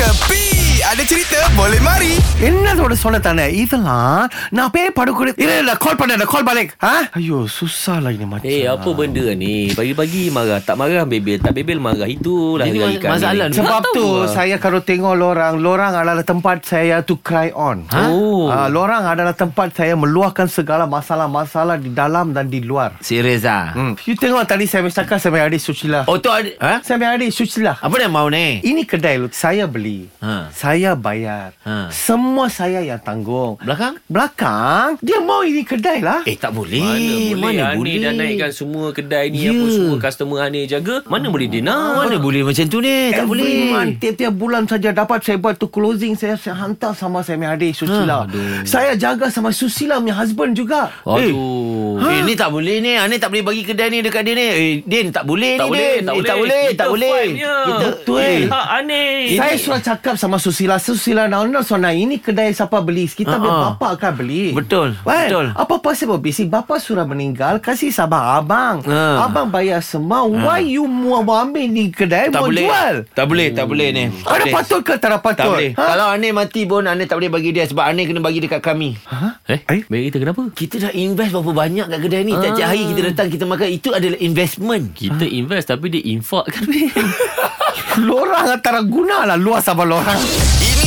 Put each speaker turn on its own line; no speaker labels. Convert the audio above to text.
Kepi Ada cerita boleh mari
என்னதோட சொல்லத்தானே இதெல்லாம் நான் பே படுக்கூட இல்ல இல்ல கால் பண்ண கால் பாலேக் ஆ ஐயோ சுசா lah ini macam
Eh hey, apa benda ni Pagi-pagi marah Tak marah bebel Tak bebel marah lah Itulah
Jadi
hari kami.
masalah ni.
sebab
Tak
tu
tahu lah.
saya kalau tengok lorang lorang adalah tempat saya to cry on
Ha? Oh.
Ah, lorang adalah tempat saya meluahkan segala masalah-masalah di dalam dan di luar
Serius ah.
hmm. you tengok tadi saya cakap sama adik Sucila
Oh tu ada ha?
sama adik Sucila
Apa dia mau ni?
ini kedai lu saya beli
Ha.
saya bayar
Ha.
semua saya yang tanggung
Belakang?
belakang dia mau ini kedai lah
Eh tak boleh.
Mana boleh
Mana
Mana
boleh. Ah,
dah
kan.
naikkan semua kedai ni
Ya.
Apa semua customer Ani jaga Mana boleh dia
Ah,
nak
Mana boleh macam tu ni? Eh, Tak
Every
boleh.
month, tiap-tiap bulan saja dapat saya buat tu closing saya, saya hantar sama saya punya adik Susila.
Ah, aduh.
saya jaga sama Susila punya husband juga. ha?
Aduh. Eh, ni tak boleh ni. Ani tak boleh bagi kedai ni dekat dia ni. Eh, Din tak boleh
Tak
ni.
boleh,
Din.
tak
eh, tak
boleh.
boleh,
Kita
tak boleh.
fightnya.
betul.
Eh,
Hak Ani
Saya sudah cakap sama Susila Susila now now so nah, Ini kedai siapa beli Kita
Ha,
uh-uh.
ha.
bapa akan beli
Betul,
Kan?
betul.
Apa pasal berbisik Bapa sudah meninggal Kasih sabar abang
Ha.
Abang bayar semua Why you mau ambil ni kedai
Tak
Mau
boleh.
jual
Tak boleh, tak boleh ni. Tak
Ada
boleh.
patut ke tak ada
Tak
patut Ha?
boleh. Kalau Ani mati pun Ani tak boleh bagi dia sebab Ani kena bagi dekat kami.
Ha?
Eh, eh? Baik kita kenapa
Kita dah invest berapa banyak kat kedai ni. Tiap-tiap hari kita datang kita makan itu adalah investment.
Kita invest Tapi dia infak kan
Lorang antara guna lah Luar sama lorang
Ini